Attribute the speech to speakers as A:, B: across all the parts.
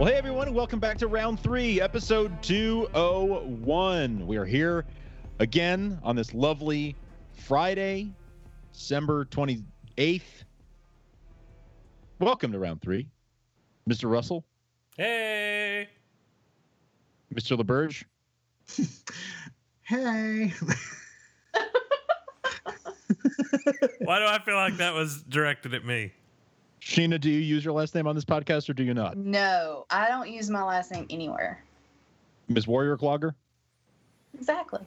A: Welcome back to round three, episode 201. We are here again on this lovely Friday, December 28th. Welcome to round three, Mr. Russell,
B: Hey.
A: Mr. LeBurge,
C: Hey.
B: Why do I feel like that was directed at me?
A: Sheena. Do you use your last name on this podcast or do you not?
D: No, I don't use my last name anywhere.
A: Miss Warrior Clogger?
D: Exactly.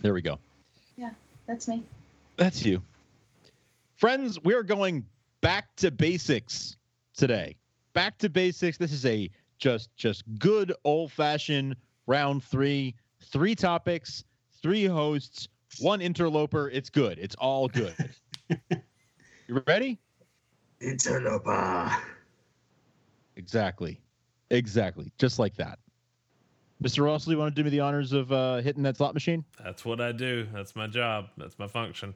A: There we go.
D: That's me.
A: That's you. Friends, we are going back to basics today. Back to basics. This is a just just good old-fashioned round 3, three topics, three hosts, one interloper. It's good. It's all good. you ready?
C: Interloper.
A: Exactly. Exactly. Just like that. Mr. Russell, you want to do me the honors of uh, hitting that slot machine?
B: That's what I do. That's my job. That's my function.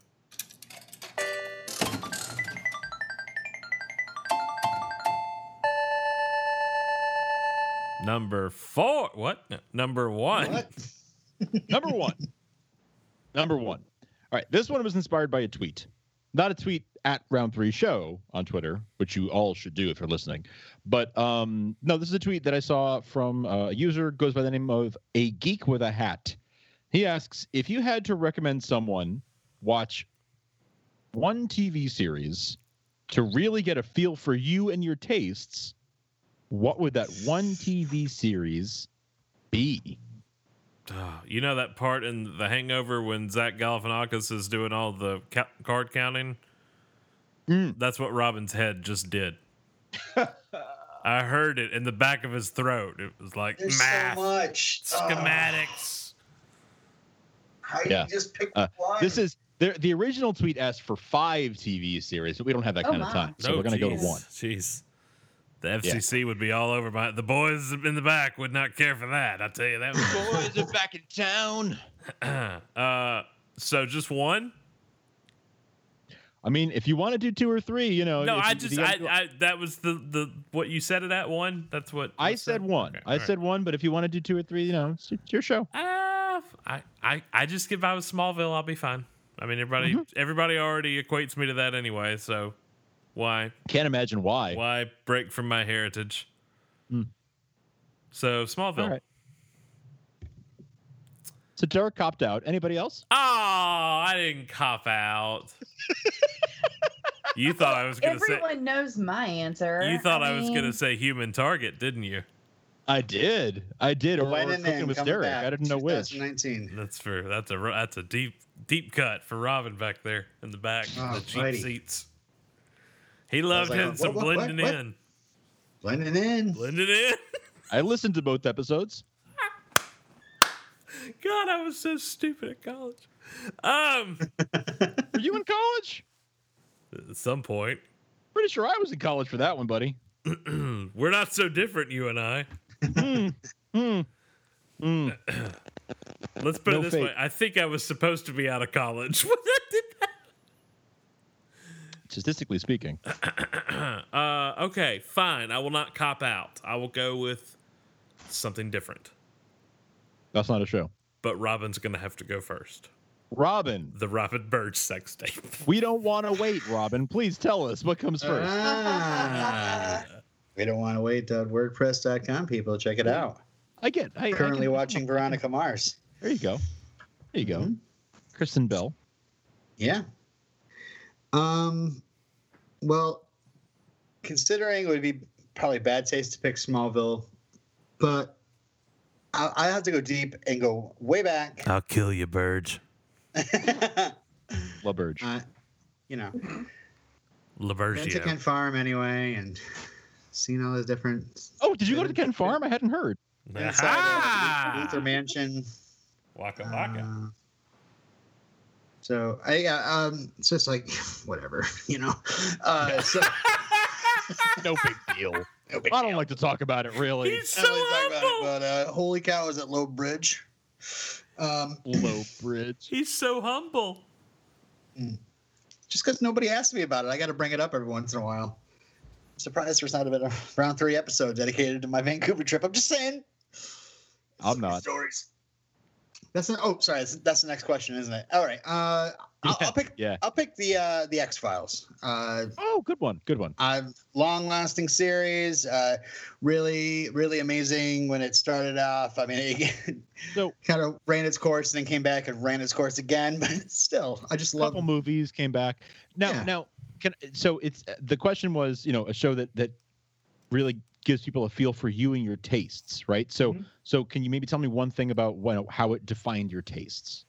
B: Number four. What? No, Number one.
C: What?
A: Number one. Number one. All right. This one was inspired by a tweet, not a tweet at round three show on Twitter, which you all should do if you're listening. But um, no, this is a tweet that I saw from uh, a user goes by the name of a geek with a hat. He asks if you had to recommend someone watch one TV series to really get a feel for you and your tastes, what would that one TV series be?
B: Ah, You know that part in The Hangover when Zach Galifianakis is doing all the ca- card counting?
A: Mm.
B: That's what Robin's head just did. I heard it in the back of his throat. It was like
C: There's
B: math,
C: so much. Ugh.
B: schematics.
C: how do
A: Yeah.
C: you just pick
A: Uh,
C: one?
A: This is the the original tweet asked for five TV series, but we don't have that
D: Oh,
A: kind of
D: my.
A: time, so
B: No,
A: we're going to go to
B: jeez.
A: one.
B: Jeez. The FCC would be all over my. The boys in the back would not care for that. I tell you that.
A: Boys are back in town.
B: much. uh, so just one?
A: I mean, if you want to do two or three, you know.
B: No,
A: if
B: I
A: you-
B: just
A: the-
B: I, I that was the the what you said at that one. That's what
A: I
B: what's
A: said
B: that?
A: one.
B: Okay,
A: I
B: all right.
A: said one, but if you want to do two or three, you know, it's it's your show.
B: Uh, I, I, I just get by with Smallville. I'll be fine. I mean, everybody,
A: Mm-hmm.
B: everybody already equates me to that anyway. So why,
A: Can't imagine why.
B: why break from my heritage?
A: Mm.
B: So Smallville.
A: All right. So Derek copped out. Anybody else?
B: Oh, I didn't cop out. you thought I was gonna
D: Everyone knows my answer.
B: say. You thought I, was gonna
D: mean,
B: say human target, didn't you?
A: I did. I did. Or, or cooking with Derek. I didn't know which.
C: 2019.
B: That's for that's a ro- that's a deep deep cut for Robin back there in the back,
C: Oh,
B: the cheap
C: righty.
B: seats. He loved
C: like,
B: him
C: what,
B: some
C: what, what,
B: blending
C: what?
B: in,
C: Blending in.
B: blending in.
A: I listened to both episodes.
B: God, I was so stupid at college. Um,
A: Were you in college?
B: at some point,
A: Pretty sure I was in college for that one, buddy.
B: we're not so different, you and I.
A: Hmm. Hmm. Hmm.
B: Let's put
A: No
B: it this
A: fake.
B: way: I think I was supposed to be out of college when I did
A: Statistically speaking.
B: that. Uh, okay, fine. I will not cop out. I will go with something different.
A: That's not a show.
B: But Robin's gonna have to go first.
A: Robin,
B: The Robin Birch sex tape.
A: we don't want to wait, Robin. Please tell us what comes
C: Uh,
A: first.
C: Ah. we don't want to wait. WordPress.com people, check it out.
A: I get. I, I
C: Currently
A: can-
C: watching Veronica Mars.
A: There you go. There you go.
C: Mhm.
A: Kristen Bell.
C: Yeah. Um. Well, considering it would be probably bad taste to pick Smallville, but I, I have to go deep and go way back.
B: I'll kill you, Burge.
A: LaBurge.
C: uh, you know, been to
B: Labergio.
C: Kent Farm anyway, and seen all those different.
A: oh, did you go to the Ken Farm? I hadn't heard.
C: inside of Luther
B: Aha!
C: Mansion.
B: Waka waka.
C: Uh, so I yeah, um, it's just like whatever, you know. Uh, so,
A: No big deal.
C: no big
A: I
C: deal.
A: don't like to talk about it, really.
B: He's
C: I
B: so
C: don't wanna talk
B: humble.
C: about it, but uh, holy cow, is it Low Bridge? Um,
A: Low bridge.
B: He's so humble.
C: just because nobody asked me about it, I got to bring it up every once in a while. Surprised there's not a bit of round three episode dedicated to my Vancouver trip. I'm just saying.
A: I'm not.
C: Stories. That's not. Oh, sorry. That's, that's the next question, isn't it? All right. Uh, I'll, I'll pick.
A: Yeah.
C: I'll pick the uh, the X Files. Uh,
A: Oh, good one. Good one.
C: I've long lasting series. Uh, really, really amazing when it started off. I mean, it
A: So-
C: kind of ran its course and then came back and ran its course again. But still, I just love.
A: couple movies came back. Now,
C: Yeah.
A: now, can so it's the question was you know a show that that really gives people a feel for you and your tastes, right? So,
C: Mhm.
A: so can you maybe tell me one thing about when, how it defined your tastes?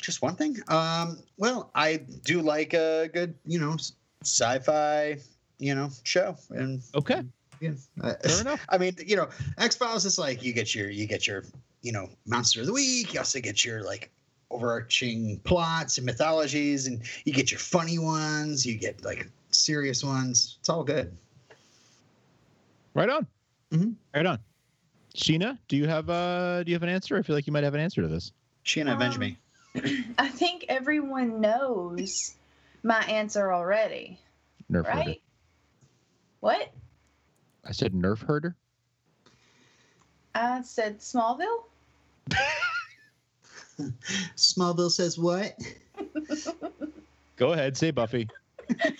C: Just one thing. Um, well, I do like a good, you know, s- sci-fi, you know, show, and
A: Okay,
C: yeah, I-
A: fair enough.
C: I mean, you know, X Files is like you get your you get your you know monster of the week. You also get your like overarching plots and mythologies, and you get your funny ones. You get like serious ones. It's all good.
A: Right on.
C: Mhm.
A: Right on. Sheena, do you have uh do you have an answer? I feel like you might have an answer to this.
C: She and I avenge
D: Um,
C: me.
D: I think everyone knows my answer already,
A: Nerf herder.
D: right? What?
A: I said nerf herder.
D: I said Smallville?
C: Smallville says what?
A: Go ahead, say Buffy.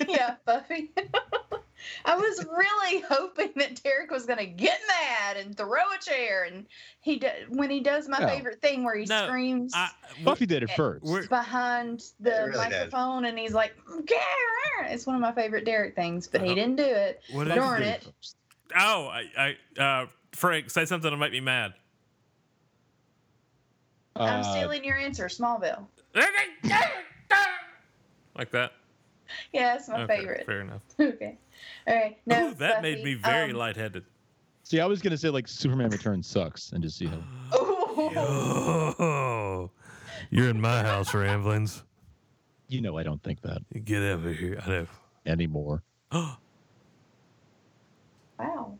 D: yeah, Buffy. I was really hoping that Derek was gonna get mad and throw a chair, and he do, when he does my
A: No.
D: favorite thing where he
B: No,
D: screams
B: I,
A: Buffy did it
D: eh,
A: 1st
B: we're-
D: behind the
C: It really does.
D: microphone, and he's like, "Garrett!" It's one of my favorite Derek things, but he
B: Uh-huh.
D: didn't do it.
B: what did I
D: Darn
B: do?
D: it!
B: Oh, I, I uh, Frank, say something that'll make me mad.
D: I'm
A: Uh,
D: stealing your answer, Smallville.
B: Like that.
D: Yeah, it's my
B: Okay,
D: favorite.
B: Fair enough.
D: Okay, all right. No,
B: Ooh, that made
D: Buffy,
B: me very
D: um,
B: lightheaded.
A: see, I was gonna say like Superman Returns sucks and just see him.
D: Oh,
B: Oh, you're in my house, Ramblings.
A: You know, I don't think that
B: Get over here. I know.
A: anymore.
D: wow.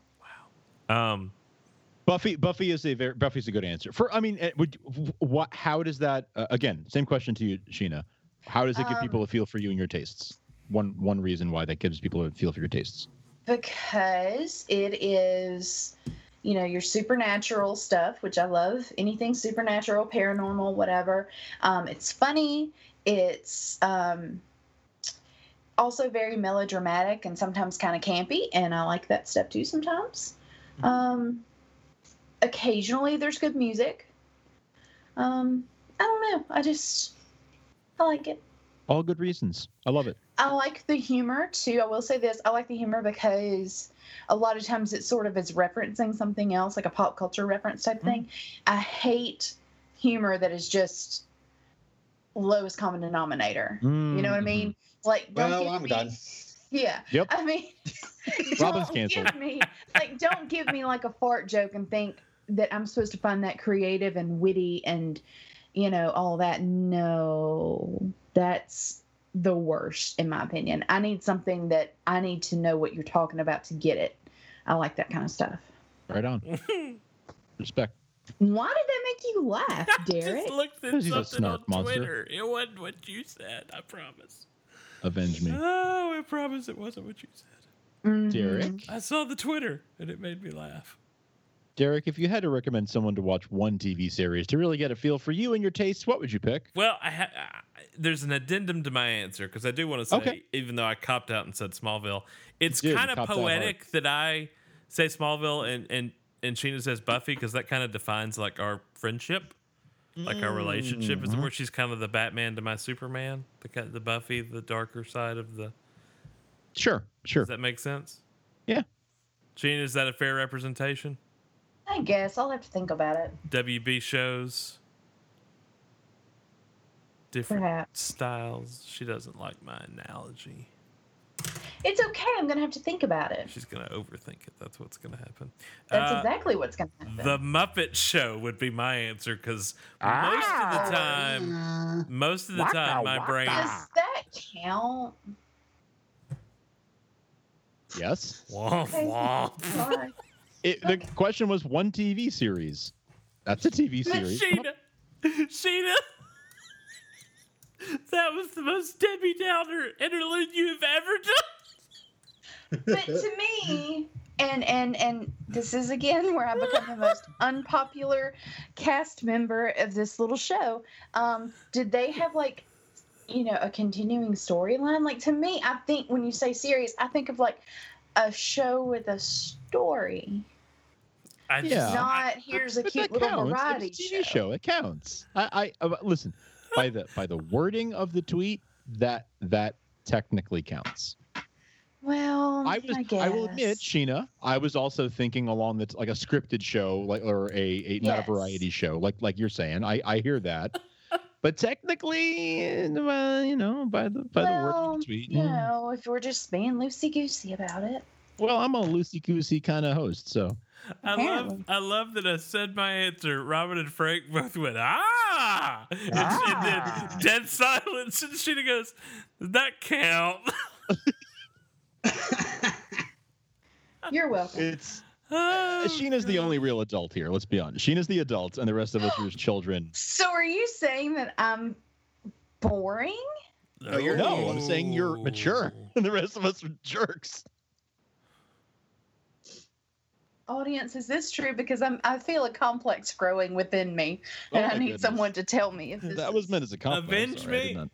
B: Um,
A: Buffy, Buffy is a very Buffy's a good answer. For I mean, eh, would what? How does that? Uh, again, same question to you, Sheena. How does it give
D: Um,
A: people a feel for you and your tastes? One one reason why that gives people a feel for your tastes.
D: because it is you know your supernatural stuff which i love anything supernatural paranormal whatever um, it's funny it's um, also very melodramatic and sometimes kind of campy and i like that stuff too sometimes um, occasionally there's good music um, i don't know i just i like it
A: All good reasons. I love it.
D: I like the humor too. I will say this: I like the humor because a lot of times it sort of is referencing something else, like a pop culture reference
C: Mm-hmm.
D: type thing. I hate humor that is just lowest common denominator. You know what I
A: Mhm.
D: mean? Like,
C: Mm-hmm.
D: don't
C: Well,
D: give
C: I'm
D: me,
C: done.
D: Yeah.
A: Yep.
D: I mean,
A: Robin's
D: don't
A: canceled.
D: give me like, don't give me like a fart joke and think that I'm supposed to find that creative and witty and you know all that. No, that's the worst in my opinion. I need something that I need to know what you're talking about to get it. I like that kind of stuff.
A: Right on. Respect.
D: Why did that make you laugh, Derek?
B: just looked at
A: Because he's a
B: something on
A: snark monster.
B: Twitter. It wasn't what you said. I promise.
A: Avenge me,
D: Mm-hmm.
B: Oh, I promise it wasn't what you said.
D: Mhm.
A: Derek.
B: I saw the Twitter and it made me laugh.
A: Derek, if you had to recommend someone to watch one TV series to really get a feel for you and your tastes, what would you pick?
B: Well, I, ha- I there's an addendum to my answer because I do want to say,
A: Okay.
B: even though I copped out and said Smallville, it's
A: did, you
B: kind of
A: copped out hard.
B: poetic that I say Smallville and and and Sheena says Buffy because that kind of defines like our friendship, like our relationship. Is
C: Mhm.
A: Mm-hmm.
D: Mm.
B: where she's kind of the Batman to my Superman, the ki- the Buffy, the darker side of the.
A: Sure, sure.
B: Does that make sense?
A: Yeah.
B: Sheena, is that a fair representation?
D: I guess I'll have to think about it.
B: WB shows. Different
D: Perhaps
B: styles. She doesn't like my analogy.
D: it's okay. I'm gonna have to think about it.
B: She's gonna overthink it. That's what's gonna happen.
D: That's
B: Uh,
D: exactly what's gonna happen.
B: The Muppet Show would be my answer because most of the
A: Um,
B: time,
C: Uh,
B: most of the time, my brain.
D: Does that count?
A: Yes.
B: Womp womp.
D: Sorry.
A: It, the question was one TV series. That's a TV
B: But
A: series.
B: Sheena, Sheena, that was the most Debbie Downer interlude you've ever done.
D: but to me and and and this is again where i become the most unpopular cast member of this little show um did they have like you know a continuing storyline like to me i think when you say series i think of like a show with a story
B: I just,
A: Yeah.
D: not here's a
A: But
D: cute
A: that
D: little
A: counts.
D: variety
A: it's a TV show. It counts. I, I uh, listen by the by the wording of the tweet that that technically counts.
D: well
A: I
D: i,
A: was
D: guess.
A: I will admit, Sheena, I was also thinking along the like a scripted show, like or a, a not a
D: Yes.
A: variety show, like like you're saying. I I hear that, but technically, eh, well, you know, by the by the wording
D: Well,
A: of the tweet,
D: you
A: eh.
D: know if we're just being loosey goosey about it
A: Well, I'm a loosey goosey kind of host, so
B: I love
D: Apparently.
B: I love that I said my answer. Robin and Frank both went ah, and, and
C: Ah.
B: then dead silence, and she goes, "Does that count?"
D: you're welcome
A: it's uh, Sheena's the only real adult here. Let's be honest, Sheena's the adult, and the rest of us are just children.
D: so are you saying that i'm boring
B: Oh.
C: No, you're-
A: No, I'm saying you're mature, and the rest of us are jerks.
D: audience is this true because i'm i feel a complex growing within me and
A: Oh
D: i
A: my
D: need
A: goodness.
D: someone to tell me if this
A: That was
D: is-
A: meant as a compliment. I'm
B: Avenge
A: sorry, I did
B: me.
A: not-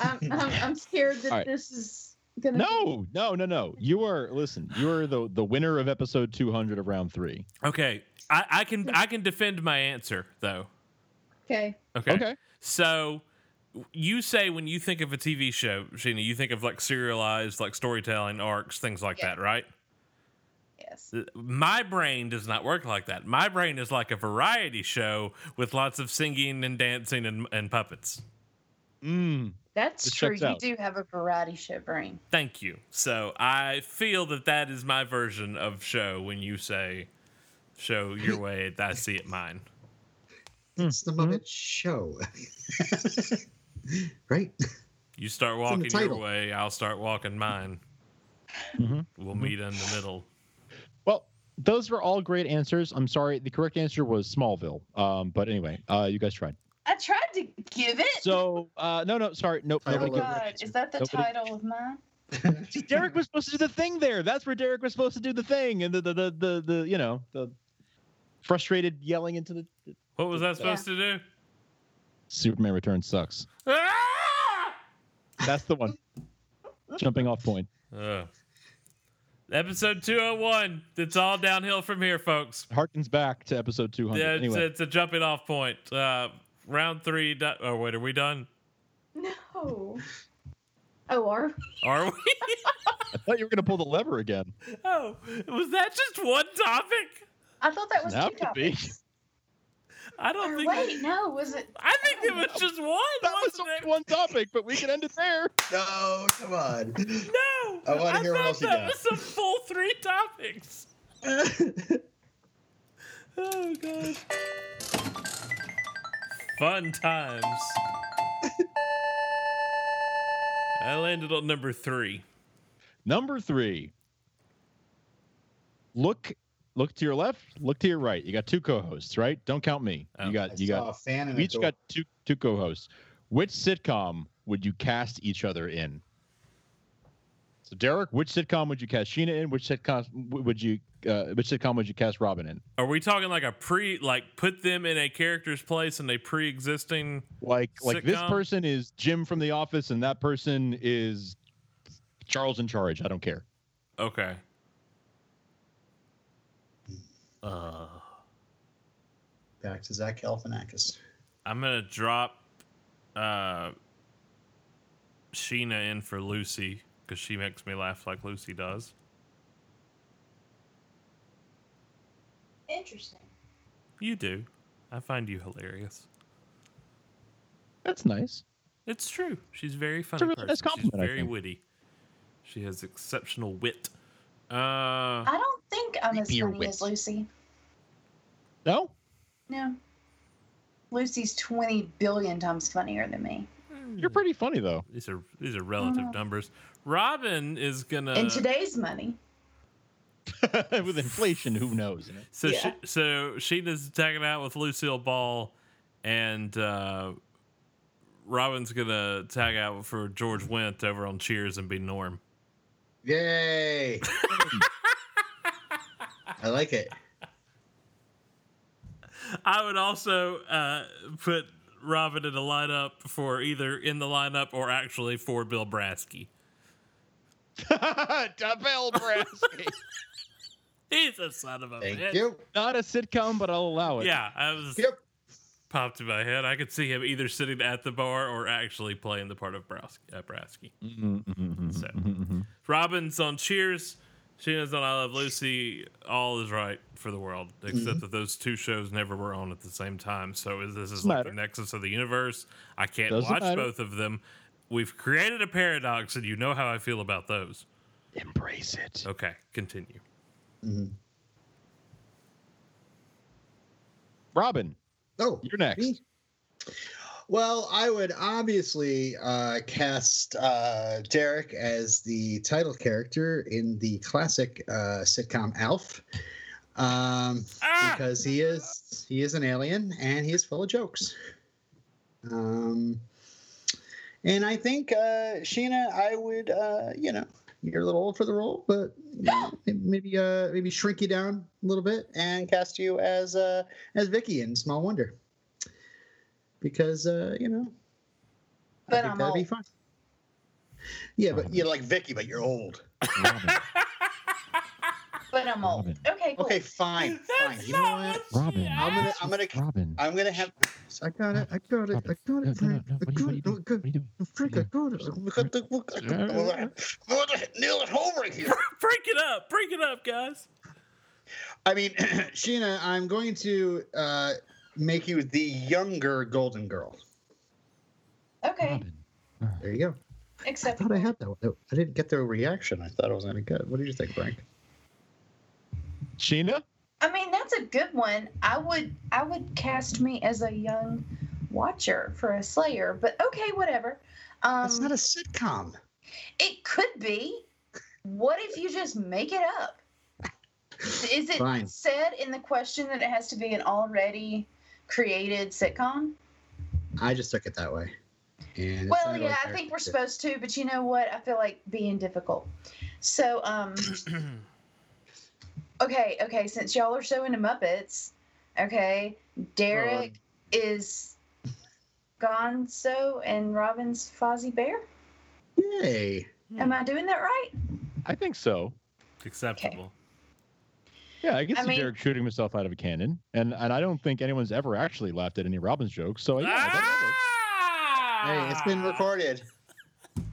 D: I'm, I'm, I'm scared that
A: All right.
D: this is gonna
A: No, no, no, no. You are listen. You are the the winner of episode two hundred of round three.
B: Okay, I, I can I can defend my answer though.
D: be okay
B: Okay. So you say when you think of a TV show, Sheena, you think of like serialized, like storytelling arcs, things like
D: Yeah.
B: that, right?
D: yes
B: My brain does not work like that. My brain is like a variety show with lots of singing and dancing and, and puppets.
A: Mm.
D: that's
A: This
D: true
A: checks
D: you
A: out.
D: do have a variety show brain
B: Thank you. So I feel that that is my version of show when you say show your way, I see it mine.
A: hmm.
C: it's the Muppet Show, right?
B: You start
C: in the
B: walking your
C: title.
B: way, I'll start walking mine.
A: Mhm.
B: We'll meet in the middle.
A: Well, those were all great answers. I'm sorry. The correct answer was Smallville. Um, but anyway, uh, you guys tried.
D: i tried to give it
A: So uh, no, no, sorry. Nope.
C: Oh,
A: Nobody
D: oh
A: gave
C: God.
A: her an
D: god
A: answer.
D: is that the
A: Nobody-
D: title of mine
A: See, Derek was supposed to do the thing there. That's where Derek was supposed to do the thing, and the the the the, the you know the frustrated yelling into the
B: What was I supposed to do?
A: Superman Return sucks.
B: Ah!
A: That's the one. Jumping off point.
B: Ugh. Episode 201. It's all downhill from here, folks.
A: Harkens back to episode 200.
B: Yeah, it's,
A: anyway.
B: it's a jumping off point. Uh, round three. Do- oh, wait, are we done?
D: no oh are we?
B: Are we?
A: I thought you were going to pull the lever again.
B: oh, was that just one topic?
D: i thought that was
A: That
D: two
A: would be-
D: topics.
B: I don't
D: Or
B: think.
D: wait no was it
B: I think it was just one.
A: That was
B: wasn't it?
A: only one topic, but we can end it there.
C: no, come on.
B: No.
C: I wanna hear what
B: thought
C: else you
B: that
C: got.
B: was a full three topics. Oh god. Fun times. I landed on number three.
A: Number three. Look, look to your left. Look to your right. You got two co-hosts, right? Don't count me.
B: Oh.
A: You got, you got.
C: a fan and
A: We
C: a
A: each
C: door.
A: got two two co-hosts. Which sitcom would you cast each other in? So Derek, which sitcom would you cast Sheena in? Which sitcom would you? Uh, which sitcom would you cast Robin in?
B: Are we talking like a pre, like put them in a character's place and a pre-existing?
A: like like this
B: Sitcom.
A: person is Jim from The Office, and that person is Charles in charge. I don't care.
B: Okay. Uh,
C: back to Zach Galifianakis.
B: I'm gonna drop uh, Sheena in for Lucy because she makes me laugh like Lucy does.
D: interesting
B: You do. I find you hilarious.
A: That's nice.
B: It's true. She's a very funny.
A: really
B: person.
A: nice compliment, I
B: She's very
A: think.
B: witty. She has exceptional wit. Uh,
D: i don't think i'm as
A: Creepier
D: funny
A: wit.
D: as lucy
A: No,
D: no lucy's 20 billion times funnier than me
A: you're pretty Uh. funny though.
B: these are these are relative
D: know.
B: numbers. Robin is gonna.
D: in today's money
A: With inflation, who knows?
B: so
D: yeah.
B: she, so Sheena's tagging out with Lucille Ball, and uh, Robin's gonna tag out for George Wendt over on Cheers and be Norm.
C: Yay! I like it.
B: I would also uh, put Robin in a lineup for either in the lineup or actually for Bill Brasky.
A: Dabel Brasky.
B: He's a son of a
C: Thank
B: bitch.
C: you.
A: Not a sitcom, but I'll allow it.
B: Yeah, I was
C: Yep.
B: popped in my head. I could see him either sitting at the bar or actually playing the part of Brasky. Uh, Brasky.
C: Mm-hmm,
A: Mhm, mhm, mhm,
B: So.
A: mhm, mhm.
B: Robin's on Cheers. Sheena's on I Love Lucy. All is right for the world, except
A: Mm-hmm.
C: Mhm.
B: that those two shows never were on at the same time. So is- this is
A: Doesn't
B: like the
A: matter.
B: nexus of the universe. I can't
A: Doesn't
B: watch
A: matter.
B: both of them. We've created a paradox, and you know how I feel about those.
A: Embrace it.
B: Okay, continue.
C: Mhm.
A: Robin,
C: Oh,
A: you're next.
C: Me? Well, I would obviously uh, cast uh, Derek as the title character in the classic uh, sitcom Alf, um,
B: Ah!
C: because he is he is an alien and he is full of jokes. Um, and I think uh, Sheena, I would uh, you know you're a little old for the role, but you know, maybe uh, maybe shrink you down a little bit and cast you as uh, as Vicky in Small Wonder because uh, you know. I
D: But
C: think
D: I'm
C: that'd be
D: old.
C: fun. Yeah, but you're like Vicky, but you're old.
A: Robin,
D: But I'm old. Okay, cool.
C: Okay, fine, fine. You know what?
A: Robin.
C: I'm gonna, I'm gonna,
A: Robin.
C: I'm gonna have. I got it. I got it. I got
A: No,
C: it.
A: no, no, no.
C: I
A: What are you-
C: got
A: what are
C: it.
A: you doing?
C: I got
A: What are you doing?
C: it. Frick, I got it. We got the- we got the- we got the- Nail it home right here.
B: break it up, break it up, guys.
C: I mean, Sheena, I'm going to uh, make you the younger Golden Girl.
D: Okay.
A: Robin.
C: There you go. I
D: Except
C: thought I had that. one. I didn't get their reaction. I thought it was gonna be good. What do you think, Frank?
A: Sheena?
D: I mean that's a good one. I would I would cast me as a young watcher for a slayer, but okay, whatever. Um
C: That's not a sitcom.
D: It could be. What if you just make it up? Is it
C: Fine.
D: said in the question that it has to be an already created sitcom?
C: I just took it that way. And it
D: Well,
C: sounded
D: yeah,
C: like
D: I
C: their-
D: think we're supposed to, but you know what? I feel like being difficult. So, um, okay, okay, since y'all are so into Muppets, okay, Derek is Gonzo and Robin's Fozzie Bear.
C: Yay.
B: Hmm.
D: Am I doing that right?
A: I think so.
B: Acceptable.
A: Yeah, I can
D: I
A: see
D: mean-
A: Derek shooting himself out of a cannon, and and I don't think anyone's ever actually laughed at any Robin's jokes. So yeah, that works.
B: Ah!
C: Hey, it's been recorded.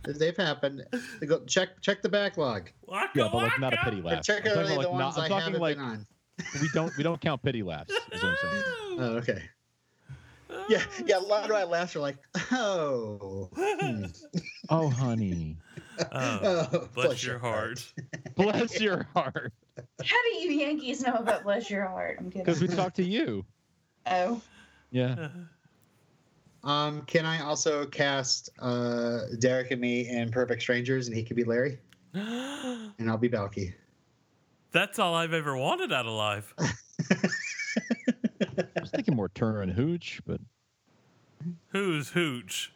C: They've happened. Go, check check the backlog.
B: Waka
A: yeah, but like not a
B: waka.
A: pity laugh. I'm talking about,
C: Particularly
A: like,
C: the
A: not-
C: ones
A: I'm
C: I
A: talking
C: haven't
A: like
C: been on.
A: we don't we don't count pity laughs. Is what I'm saying. Uh,
C: Oh, okay. Yeah, yeah. A lot of my laughs are like, oh, hmm.
A: Oh, honey,
B: Oh,
C: oh
B: bless your heart.
A: bless your heart,
D: How do you Yankees know about Bless Your Heart? I'm
A: because we
D: kidding.
A: talked to you.
D: Oh,
A: Yeah,
C: Um, can I also cast uh, Derek and me in Perfect Strangers, and he could be Larry, and I'll be Balky.
B: That's all I've ever wanted out of life.
A: I was thinking more Turner and Hooch, but
B: Who's hooch?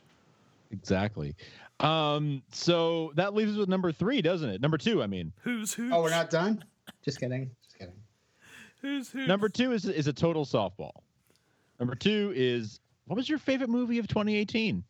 A: exactly. Um, so that leaves us with number three, doesn't it? Number two, I mean.
B: Who's hooch?
C: Oh, we're not done. Just kidding. Just kidding.
B: Who's hooch?
A: Number two is is a total softball. Number two is what was your favorite movie of 2018?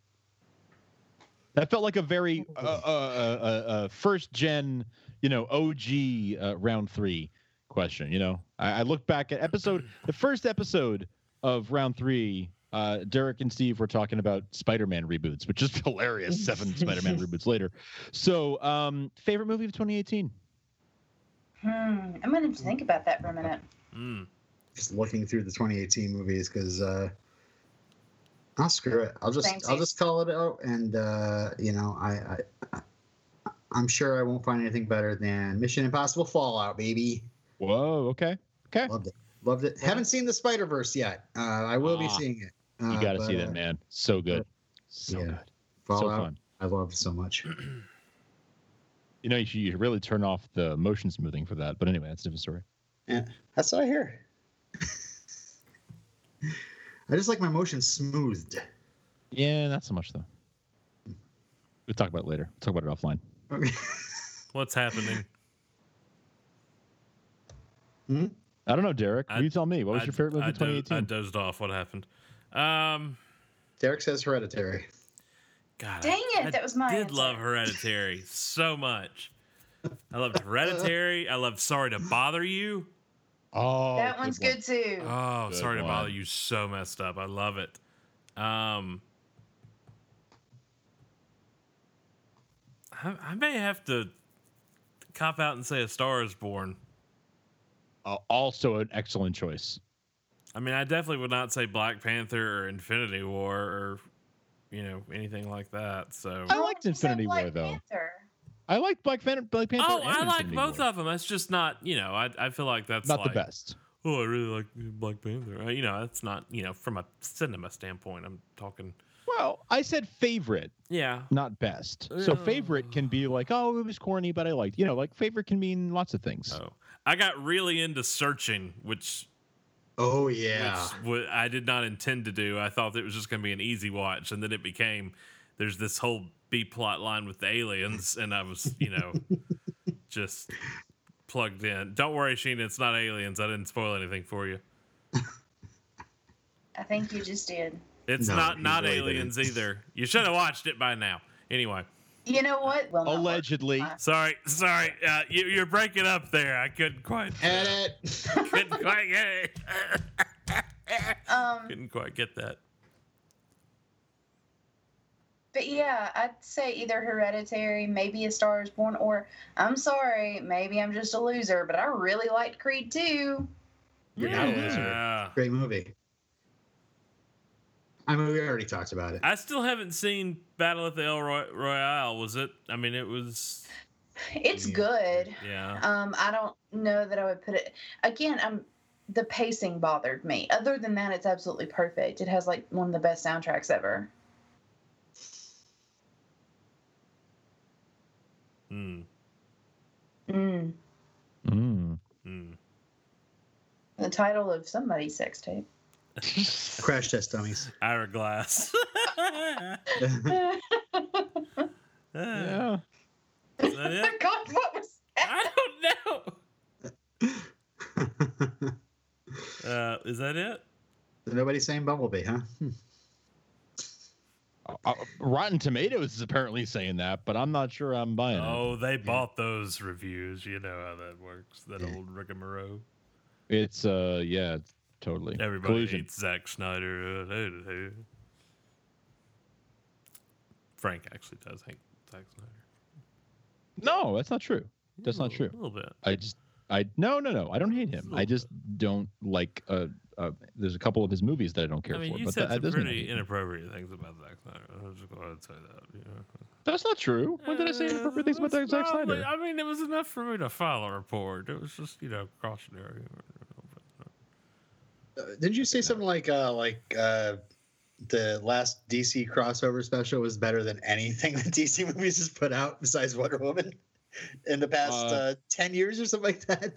A: That felt like a very uh, uh, uh, uh, uh, first gen, you know, OG uh, round three question. You know, I, I look back at episode the first episode of round three. Uh, Derek and Steve were talking about Spider-Man reboots, which is hilarious. Seven Spider-Man reboots later. So, um, favorite movie of 2018?
D: hmm. I'm gonna have to think about that for a minute.
B: Mm.
C: just looking through the 2018 movies because uh, I'll screw it. I'll just
D: Thanks,
C: I'll
D: Ace.
C: just call it out, and uh, you know I, I I- I'm sure I won't find anything better than Mission Impossible Fallout, baby.
A: Whoa, okay, okay,
C: Loved it, loved it. Haven't seen the Spider Verse yet. Uh, I will be
A: Ah,
C: seeing it.
A: you
C: Uh,
A: got to
C: but,
A: see that,
C: uh,
A: man. So good, so
C: yeah.
A: good.
C: Fallout,
A: So fun.
C: I loved so much.
A: You know, you should, you should really turn off the motion smoothing for that. But anyway, that's a different story.
C: That's what I hear. I just like my motion smoothed.
A: Yeah, not so much though. We'll talk about it later. We'll talk about it offline.
C: Okay.
B: What's happening?
A: I don't know, Derek.
B: I-
A: you tell me. What was
B: I-
A: your favorite movie
B: I
A: of
B: do- I
A: 2018?
B: dozed off. What happened? Um,
C: Derek says hereditary.
B: God,
D: Dang
B: I,
D: it,
B: I
D: that was my
B: did
D: answer.
B: love Hereditary so much. I loved Hereditary. I loved Sorry to Bother You. uh,
A: Oh,
D: that one's
A: one.
D: good too.
B: Oh,
A: Good
B: Sorry to Bother
A: one.
B: You so messed up. I love it. Um, I, I may have to cop out and say A Star Is Born.
A: Uh, also, an excellent choice.
B: I mean, I definitely would not say Black Panther or Infinity War or you know anything like that. So
A: I liked
D: You said
A: Infinity War,
D: Black
A: though.
D: Panther.
A: I like Black Panther. Black Panther
B: oh,
A: and
B: I like
A: Infinity
B: both
A: War.
B: of them. That's just not you know. I I feel like that's
A: Not
B: like,
A: the best.
B: Oh, I really like Black Panther. Uh, You know, that's not you know from a cinema standpoint. I'm talking.
A: Well, I said favorite,
B: Yeah,
A: not best. So
B: Yeah.
A: favorite can be like, oh, it was corny, but I liked. You know, like favorite can mean lots of things.
B: Oh, I got really into searching, which,
C: Oh
B: which
C: yeah.
B: wa- I did not intend to do. I thought it was just going to be an easy watch, and then it became there's this whole B plot line with the aliens, and I was, you know, just plugged in. Don't worry, Sheena, it's not aliens. I didn't spoil anything for you.
D: I think you just did.
B: It's
C: No,
B: not
C: you
B: not
C: really
B: aliens
C: didn't.
B: either. You should have watched it by now. Anyway,
D: You know what? Well, not what-
A: Allegedly,
D: Uh,
B: sorry, sorry, uh, you, you're breaking up there. I couldn't quite uh,
C: Edit.
B: couldn't quite get it.
D: Um,
B: couldn't quite get that.
D: but yeah, I'd say either Hereditary, maybe A Star Is Born, or I'm sorry, maybe I'm just a loser, but I really liked Creed too.
A: You're not a loser.
B: Yeah.
C: Great movie. I mean, we already talked about it.
B: I still haven't seen Battle at the El Roy- Royale. Was it? I mean, it was.
D: It's
C: Yeah.
D: good.
B: Yeah.
D: Um, I don't know that I would put it again. I'm the pacing bothered me. Other than that, it's absolutely perfect. It has like one of the best soundtracks ever.
B: Mm,
D: Mm,
A: Mm.
B: mm.
D: the title of somebody's sex tape.
C: Crash test dummies.
B: Ira Glass. yeah.
A: yeah.
B: Is that it?
D: God, what was that?
B: I don't know. Uh, is that it?
C: Nobody's saying Bumblebee, huh? Hmm.
A: Uh, uh, Rotten Tomatoes is apparently saying that, but I'm not sure I'm buying
B: Oh, they bought those reviews. You know how that works. That
C: Yeah.
B: old rigmarole.
A: it. It's uh, yeah, totally.
B: Everybody
A: Collusion.
B: hates Zack Snyder. Frank actually does hate Zack Snyder.
A: No, that's not true. That's not
B: Ooh,
A: true.
B: A little bit.
A: I just I no no no I don't hate him. I just don't like uh, uh there's a couple of his movies that I don't care
B: I mean,
A: for.
B: you
A: but
B: said
A: that, that
B: some
A: doesn't
B: pretty
A: hate him.
B: inappropriate things about Zack Snyder. I'm just going to say that. You know.
A: That's not true. When did I say
B: Uh,
A: inappropriate things about
B: that's
A: Zack
B: probably-
A: Snyder?
B: I mean, it was enough for me to file a report. It was just, you know, cautionary.
C: Uh, Didn't you say something like uh, like uh, the last DC crossover special was better than anything that DC movies has put out besides Wonder Woman in the past
A: Uh,
C: uh, ten years or something like that?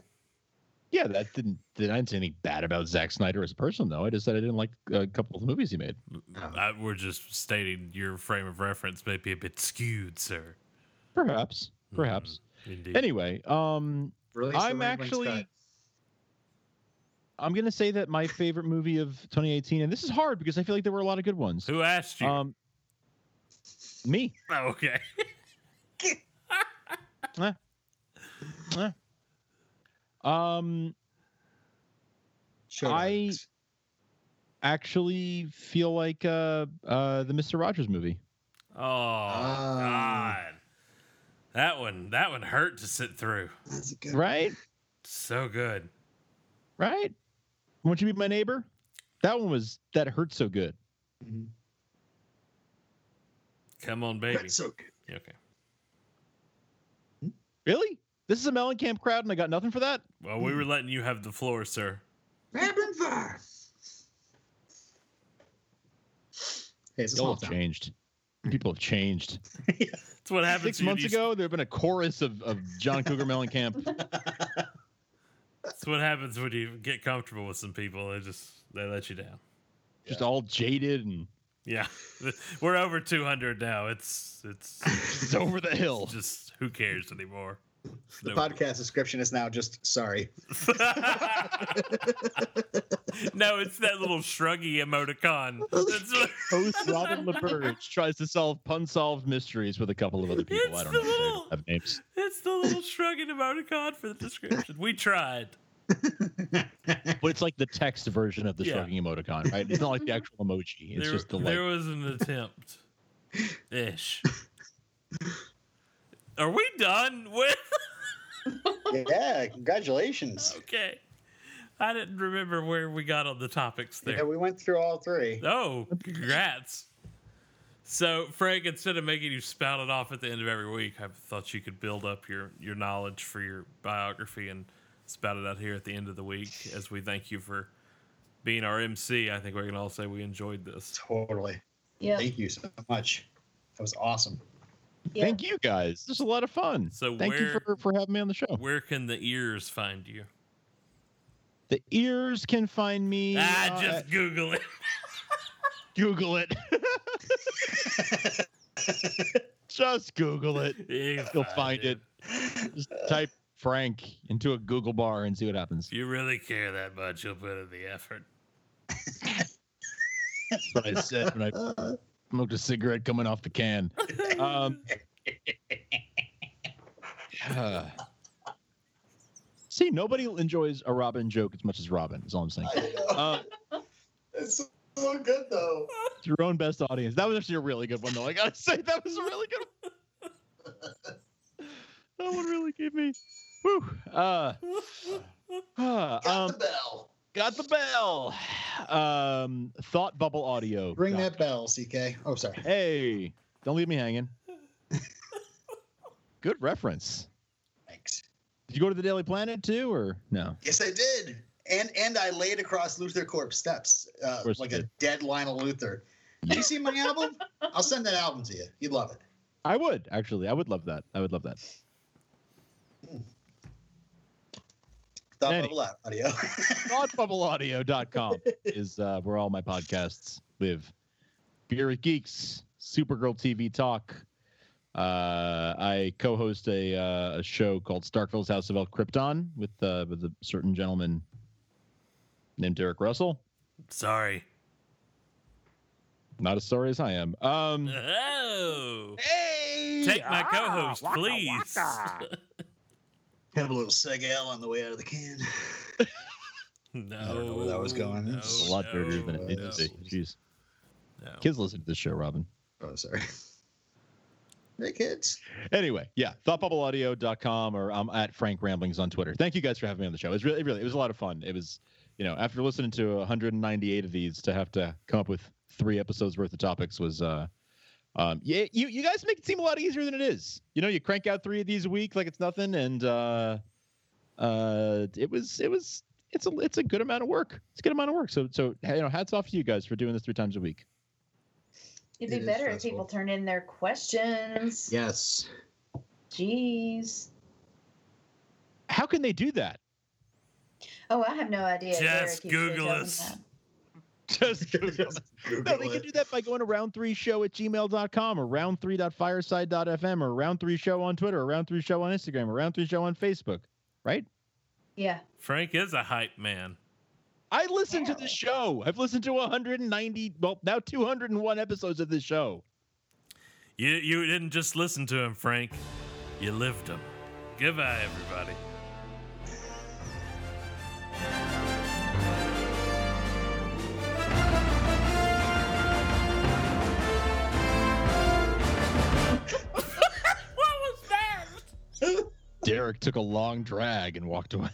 A: Yeah, that didn't. Did I didn't say anything bad about Zack Snyder as a person though? I just said I didn't like a couple of the movies he made.
C: Oh.
B: uh, I, we're just stating your frame of reference may be a bit skewed, sir.
A: Perhaps, perhaps.
B: Mm, indeed.
A: Anyway, um,
C: Release the
A: I'm
C: Lamb Wings
A: actually-
C: cut.
A: I'm gonna say that my favorite movie of 2018, and this is hard because I feel like there were a lot of good ones.
B: Who asked you?
A: Um, me.
B: oh, okay.
A: Um,
C: Show
A: I-
C: dogs.
A: actually feel like uh, uh, the Mister Rogers movie.
B: Oh, God. That one, that one hurt to sit through.
C: That's a good.
A: Right,
B: So good.
A: right. Won't you be my neighbor? That one was that hurt so good.
C: Mhm.
B: Come on, baby.
C: That's so good.
B: Okay.
A: Really? This is a Mellencamp crowd, and I got nothing for that.
B: Well, we were letting you have the floor, sir.
C: Rapid fire. Hey, it's a
A: Y'all
C: small
A: have
C: town.
A: changed. People have changed.
B: That's what happens.
A: Six
B: when
A: months
B: you-
A: ago, there have been a chorus of, of John Cougar Mellencamp.
B: That's what happens when you get comfortable with some people. They just they let you down.
A: just all jaded and
B: Yeah, we're over 200 now. It's it's
A: It's over the hill.
B: just who cares anymore.
C: The
B: No-
C: podcast description is now just sorry.
B: no, it's that little shruggy emoticon. That's what-
A: Host Robin LaBurge tries to solve pun-solved mysteries with a couple of other people.
B: It's
A: I don't
B: the
A: know. if they
B: little-
A: have names.
B: It's the little shrugging emoticon for the description. We tried.
A: But it's like the text version of the
B: Yeah.
A: shrugging emoticon, right? It's not like the actual emoji. It's
B: there,
A: just the
B: there
A: like.
B: was an attempt. Ish. Are we done with?
C: yeah, congratulations.
B: Okay. I didn't remember where we got on the topics there.
C: Yeah, we went through all three.
B: Oh, congrats. So, Frank, instead of making you spout it off at the end of every week, I thought you could build up your, your knowledge for your biography and spout it out here at the end of the week as we thank you for being our MC. I think we can all say we enjoyed this.
C: Totally.
D: Yeah.
C: Thank you so much. That was awesome.
D: yeah.
A: Thank you guys. This is a lot of fun.
B: So
A: Thank
B: where-
A: you for, for having me on the show.
B: Where can the ears find you?
A: The ears can find me.
B: Ah,
A: uh,
B: just Google it.
A: Google it. just Google it. You'll find it. Just type Frank into a Google bar and see what happens.
B: If you really care that much, you'll put in the effort.
A: That's what I said when I
C: Uh,
A: smoked a cigarette coming off the can. Um, see, nobody enjoys a Robin joke as much as Robin. Is all I'm saying. Uh,
C: it's so good though.
A: it's your own best audience. That was actually a really good one, though. I gotta say, that was a really good one. That one really gave me. Woo. Uh, uh, um,
C: bell.
A: got the bell. Um, Thought Bubble Audio.
C: Ring that bell, CK. Oh, sorry.
A: Hey, don't leave me hanging. Good reference.
C: Thanks.
A: Did you go to the Daily Planet too, or no?
C: Yes, I did. And and I laid across Luther Corp steps, uh,
A: Of course
C: like
A: you
C: a
A: did.
C: dead Lionel Luther. Have you seen my album? I'll send that album to you. You'd love it.
A: I would actually. I would love that. I would love that.
C: Thought
A: Any-
C: bubble out audio.
A: Thoughtbubbleaudio.com is uh, where all my podcasts live. Beer with Geeks, Supergirl TV Talk. Uh, I co-host a, uh, a show called Starkville's House of El Krypton with uh, with a certain gentleman named Derek Russell.
B: Sorry.
A: Not as sorry as I am. Um,
B: Oh.
A: hey, Ah,
B: Take my co host, please.
C: Have a little Seg L on the way out of the can.
B: No,
C: I don't know where that was going.
B: No,
C: It's
A: a lot
B: no,
A: dirtier than it
B: no,
A: needs to be. Jeez,
B: no.
A: kids listen to this show, Robin.
C: Oh, sorry. Hey, kids.
A: Anyway, yeah, thoughtbubbleaudio.com or I'm at Frank Ramblings on Twitter. Thank you guys for having me on the show. It was really, really, it was a lot of fun. It was, you know, after listening to 198 of these, to have to come up with three episodes worth of topics was, uh, um, yeah, you you guys make it seem a lot easier than it is. You know, you crank out three of these a week like it's nothing, and uh, uh, it was it was it's a it's a good amount of work. It's a good amount of work. So so you know, hats off to you guys for doing this three times a week.
D: It'd be
C: It is
D: better if
C: stressful.
D: people turned in their questions.
C: Yes.
D: Jeez.
A: How can they do that?
D: Oh, I have no idea.
B: Just
D: Derek usually
B: Google
D: does
B: us.
D: that.
A: Just No, they
C: Google
A: can
C: it.
A: do that by going to round3show at gmail.com or round3.fireside.fm or round3show on Twitter or round3show on Instagram or round3show on Facebook, right?
D: Yeah.
B: Frank is a hype man.
A: I listen to this show. I've listened to 190, well, now 201 episodes of this show.
B: You, you didn't just listen to him, Frank. You lived him. Goodbye, everybody. what was that?
A: Derek took a long drag and walked away.